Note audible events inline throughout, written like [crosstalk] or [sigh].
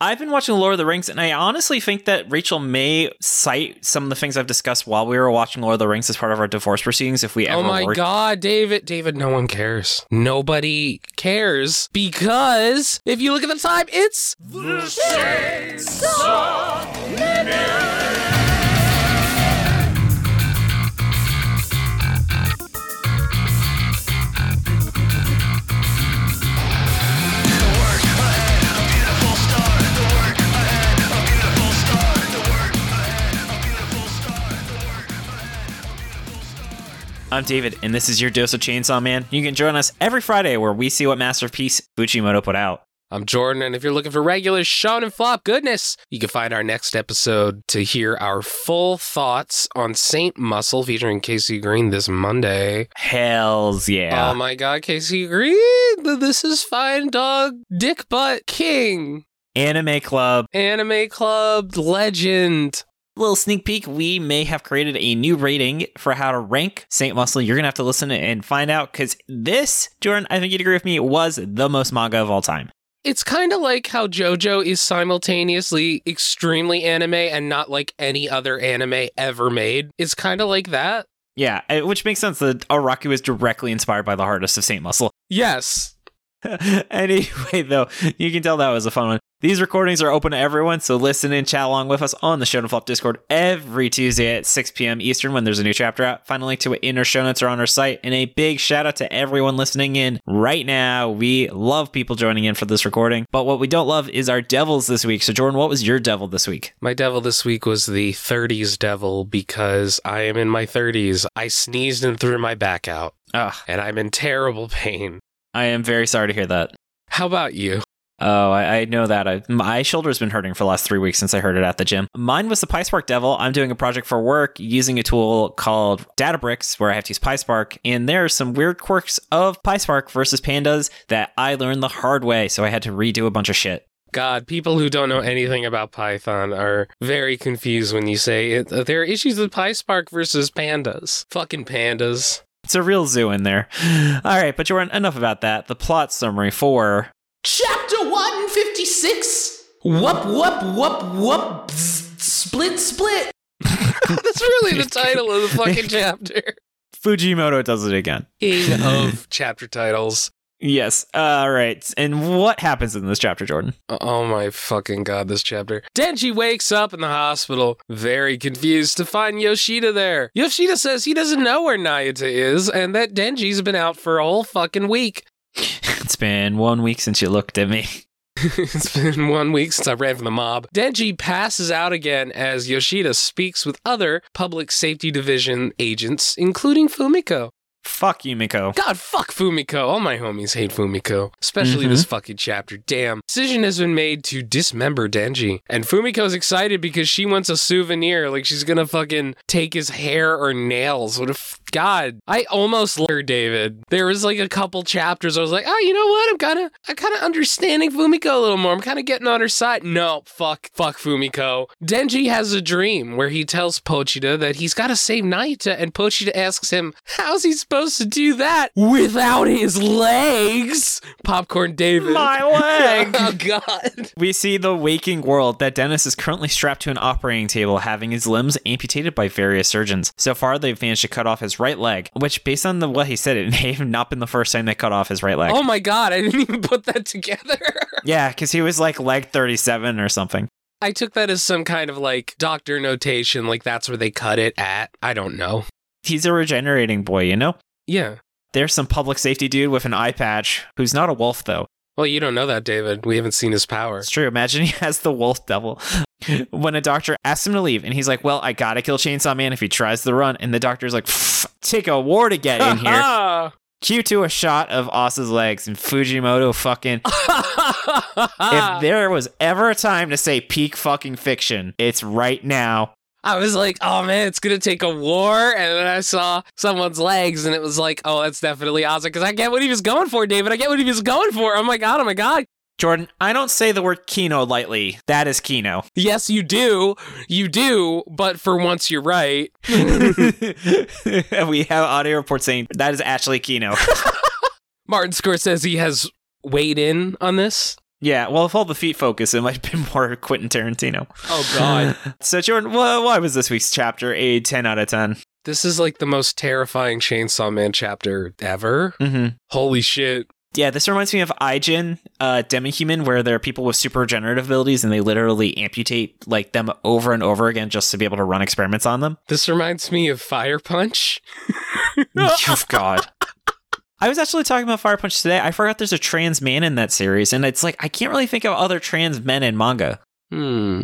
I've been watching Lord of the Rings, and I honestly think that Rachel may cite some of the things I've discussed while we were watching Lord of the Rings as part of our divorce proceedings if we ever Oh my were- God, David. David, no one cares. Nobody cares because if you look at the time, it's. I'm David, and this is your dose of Chainsaw Man. You can join us every Friday where we see what masterpiece Fujimoto put out. I'm Jordan, and if you're looking for regular shown and flop goodness, you can find our next episode to hear our full thoughts on Saint Muscle featuring Casey Green this Monday. Hells yeah. Oh my God, Casey Green! th- This is fine dog, dick butt king, Anime Club. anime club legend. Little sneak peek, we may have created a new rating for how to rank Saint Muscle. You're going to have to listen and find out because this, Jordan, I think you'd agree with me, was the most manga of all time. It's kind of like how JoJo is simultaneously extremely anime and not like any other anime ever made. It's kind of like that. Yeah, eh, which makes sense that Araki was directly inspired by the hardest of Saint Muscle. [laughs] Yes. anyway, though, you can tell that was a fun one. These recordings are open to everyone, so listen and chat along with us on the Show and Flop Discord every Tuesday at 6 p.m. Eastern when there's a new chapter out. Find a link to it in our show notes or on our site. And a big shout out to everyone listening in right now. We love people joining in for this recording, but what we don't love is our devils this week. So, Jordan, what was your devil this week? My devil this week was the 30s devil because I am in my 30s. I sneezed and threw my back out, Ugh, and I'm in terrible pain. Ah, I am very sorry to hear that. How about you? Oh, I, I know that. I, my shoulder's been hurting for the last three weeks since I heard it at the gym. Mine was the PySpark Devil. I'm doing a project for work using a tool called Databricks, where I have to use PySpark. And there are some weird quirks of PySpark versus pandas that I learned the hard way. So I had to redo a bunch of shit. God, people who don't know anything about Python are very confused when you say it. there are issues with PySpark versus pandas. Fucking pandas. [laughs] It's a real zoo in there. [sighs] All right, but Jordan, enough about that. The plot summary for Chapter 156 Whoop, whoop, whoop, whoop, bzz, split, split. That's really the title of the fucking chapter. Fujimoto does it again. King of [laughs] chapter titles. Yes. All right. And what happens in this chapter, Jordan? [laughs] Oh my fucking god, this chapter. Denji wakes up in the hospital, very confused to find Yoshida there. Yoshida says he doesn't know where Nayata is and that Denji's been out for a whole fucking week. [laughs] It's been one week since you looked at me. it's been one week since I ran from the mob. Denji passes out again as Yoshida speaks with other public safety division agents, including Fumiko. Fuck you, Miko. God, fuck Fumiko. All my homies hate Fumiko, especially Mhm. this fucking chapter. Damn. Decision has been made to dismember Denji. And Fumiko's excited because she wants a souvenir. Like she's gonna fucking take his hair or nails. What if. God, I almost love her, David. There was like a couple chapters I was like, oh, you know what? I'm kind of, I'm kind of understanding Fumiko a little more. I'm kind of getting on her side. No, fuck, fuck Fumiko. Denji has a dream where he tells Pochita that he's got to save Naita, and Pochita asks him, how's he supposed to do that without his legs? Popcorn David. [laughs] My leg. oh, God. We see the waking world that Dennis is currently strapped to an operating table, having his limbs amputated by various surgeons. So far, they've managed to cut off his right leg, which, based on the, what he said, it [laughs] may have not been the first time they cut off his right leg. Oh, my God. I didn't even put that together. [laughs] Yeah, because he was like leg 37 or something. I took that as some kind of like doctor notation, like that's where they cut it at. I don't know. He's a regenerating boy, you know? Yeah. There's some public safety dude with an eye patch who's not a wolf, though. Well, you don't know that, David. We haven't seen his power. It's true. Imagine [laughs] he has the wolf devil. when a doctor asks him to leave, and he's like, Well, I gotta kill Chainsaw Man if he tries to run. And the doctor's like, "Pff, Take a war to get in here. [laughs] cue to a shot of Asa's legs and Fujimoto fucking. Ah. if there was ever a time to say peak fucking fiction, it's right now. I was like, oh man, it's gonna take a war, and then I saw someone's legs, and it was like, oh, that's definitely Ozzy, because I get what he was going for, David. I get what he was going for. Oh my god, oh my god. Jordan, I don't say the word Kino lightly. That is Kino. [laughs] Yes, you do, you do, but for once you're right. and we have audio reports saying that is actually Kino. Martin Scorsese has weighed in on this. Yeah, well, if all the feet focus, it might have been more Quentin Tarantino. Oh god. [laughs] So, Jordan, why, why was this week's chapter a 10 out of 10? [sighs] this is like the most terrifying Chainsaw Man chapter ever. Mm-hmm. Holy shit. Yeah, this reminds me of iGen, uh, Demihuman, where there are people with super regenerative abilities and they literally amputate like them over and over again just to be able to run experiments on them. This reminds me of Fire Punch. oh, God. I was actually talking about Fire Punch today. I forgot there's a trans man in that series, and it's like I can't really think of other trans men in manga. Hmm.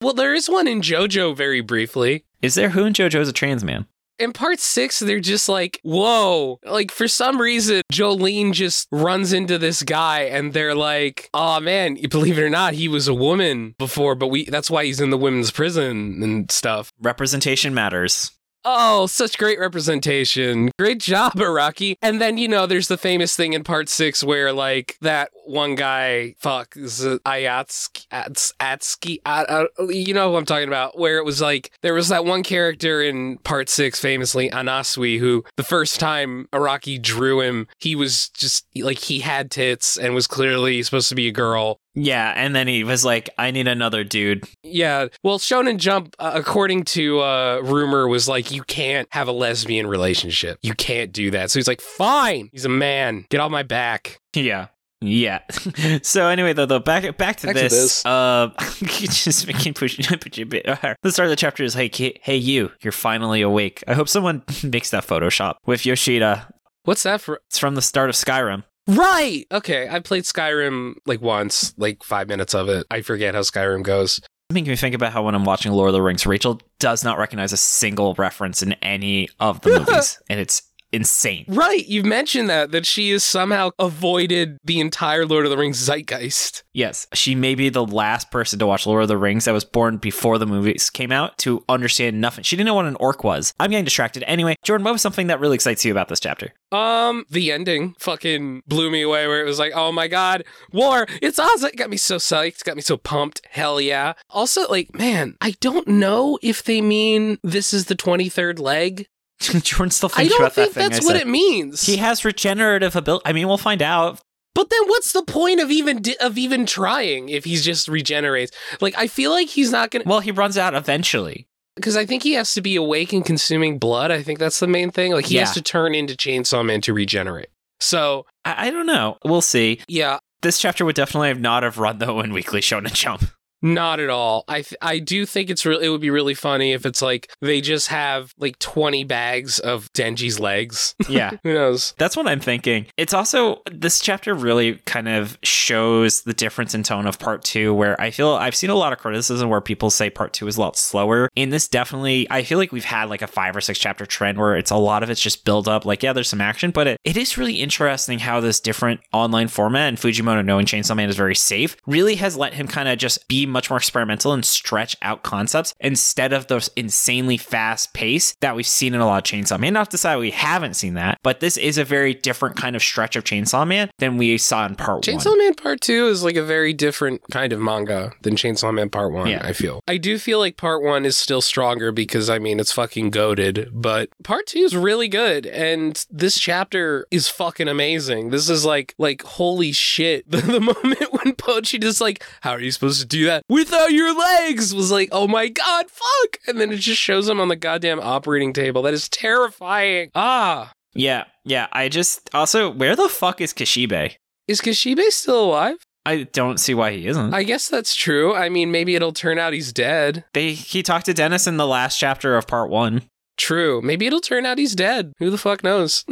Well, there is one in JoJo very briefly. Is there who in JoJo is a trans man? In part six, they're just like, whoa. Like, for some reason, Jolene just runs into this guy and they're like, oh man, believe it or not, he was a woman before, but we that's why he's in the women's prison and stuff. Representation matters. Oh, such great representation. Great job, Iraqi. And then, you know, there's the famous thing in part six where, like, that one guy, fuck, is it Ayatsky, Ats, Atsky, I- I- you know who I'm talking about, where it was like, there was that one character in part six, famously, Anasui, who the first time Iraqi drew him, he was just, like, he had tits and was clearly supposed to be a girl. Yeah, and then he was like, I need another dude. Yeah. Well, Shonen Jump, uh, according to uh, rumor, was like, you can't have a lesbian relationship. You can't do that. So he's like, fine. He's a man. Get off my back. Yeah. Yeah. [laughs] so anyway, though, though back back to Back to this. this. Uh, [laughs] you just making push [laughs] put you a bit. The start of the chapter is hey, ki- hey, you, you're finally awake. I hope someone [laughs] makes that Photoshop with Yoshida. What's that for? It's from the start of Skyrim. Right. Okay. I played Skyrim like once, like five minutes of it. I forget how Skyrim goes. It Making me think about how when I'm watching Lord of the Rings, Rachel does not recognize a single reference in any of [laughs] the movies, and it's insane. Right. You've mentioned that, that she has somehow avoided the entire Lord of the Rings zeitgeist. Yes, she may be the last person to watch Lord of the Rings that was born before the movies came out to understand nothing. She didn't know what an orc was. I'm getting distracted. Anyway, Jordan, what was something that really excites you about this chapter? [laughs] Um, the ending fucking blew me away. Where it was like, oh my god, war! It's awesome. It got me so psyched. Got me so pumped. Hell yeah! Also, like, man, I don't know if they mean this is the twenty third leg. Jordan still I thinks don't about think that thing. that's I what said. it means. He has regenerative ability. I mean, we'll find out. But then, what's the point of even di- of even trying if he's just regenerates? Like, I feel like he's not gonna Well, he runs out eventually. because I think he has to be awake and consuming blood. I think that's the main thing. Like, he Yeah. has to turn into Chainsaw Man to regenerate. So I, I don't know. We'll see. yeah, This chapter would definitely have not have run though in Weekly Shonen Jump. Not at all. I th- I do think it's really it would be really funny if it's like they just have like twenty bags of Denji's legs. [laughs] Yeah. Who knows? That's what I'm thinking. It's also this chapter really kind of shows the difference in tone of part two, where I feel I've seen a lot of criticism where people say part two is a lot slower. And this definitely, I feel like we've had like a five or six chapter trend where it's a lot of it's just build up. Like, yeah, there's some action, but it, it is really interesting how this different online format and Fujimoto knowing Chainsaw Man is very safe really has let him kind of just be much more experimental and stretch out concepts instead of those insanely fast pace that we've seen in a lot of Chainsaw Man. Not to say we haven't seen that, but this is a very different kind of stretch of Chainsaw Man than we saw in part Chainsaw one. Man Part Two is like a very different kind of manga than Chainsaw Man Part One. Yeah. I feel. I do feel like Part One is still stronger because I mean it's fucking goaded, but Part Two is really good, and this chapter is fucking amazing. This is like like holy shit. [laughs] The, the moment when Pochi just like, how are you supposed to do that without your legs? Was like, oh my god, fuck! And then it just shows him on the goddamn operating table. That is terrifying. Ah, Yeah, yeah. I just also where the fuck is Kishibe? is Kashibe still alive? I don't see why he isn't. I guess that's true. I mean, maybe it'll turn out he's dead. they he talked to Dennis in the last chapter of part one. [laughs] True. Maybe it'll turn out he's dead. Who the fuck knows?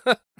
[laughs]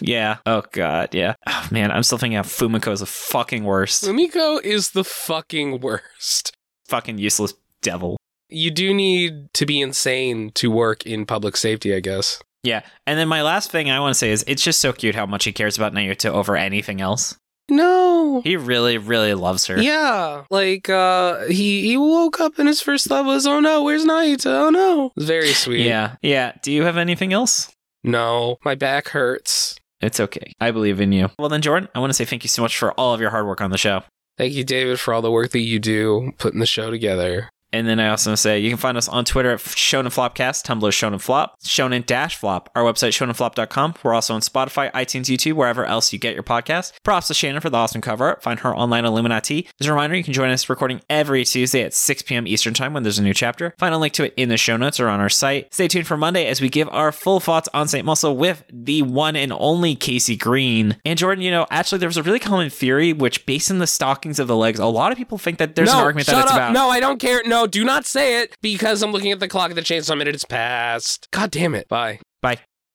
Yeah. Oh god, yeah. Oh man, I'm still thinking how Fumiko is the fucking worst. Sumiko is the fucking worst. fucking useless devil. You do need to be insane to work in public safety, I guess. Yeah. And then my last thing I want to say is it's just so cute how much he cares about Naoto over anything else. No. He really, really loves her. Yeah. Like uh he he woke up and his first thought was, "Oh no, where's Naito? Oh no." It's very sweet. Yeah. Yeah. Do you have anything else? No, my back hurts. It's okay. I believe in you. Well, then, Jordan, I want to say thank you so much for all of your hard work on the show. Thank you, David, for all the work that you do putting the show together. And then I also want to say you can find us on Twitter at Shonen Flopcast, Tumblr Shonen Flop, Shonen Dash Flop, our website shonenflop.com. We're also on Spotify, iTunes, YouTube, wherever else you get your podcast. Props to Shannon for the awesome cover art. Find her online on Illuminati. As a reminder, you can join us recording every Tuesday at 6 p.m. Eastern Time when there's a new chapter. Find a link to it in the show notes or on our site. Stay tuned for Monday as we give our full thoughts on St. Muscle with the one and only Casey Green. And Jordan, you know, actually, there was a really common theory which, based on the stockings of the legs, a lot of people think that there's no, an argument shut that it's up. about. No, I don't care. No, do not say it because I'm looking at the clock at the chainsaw minute. It's past. God damn it. Bye. Bye.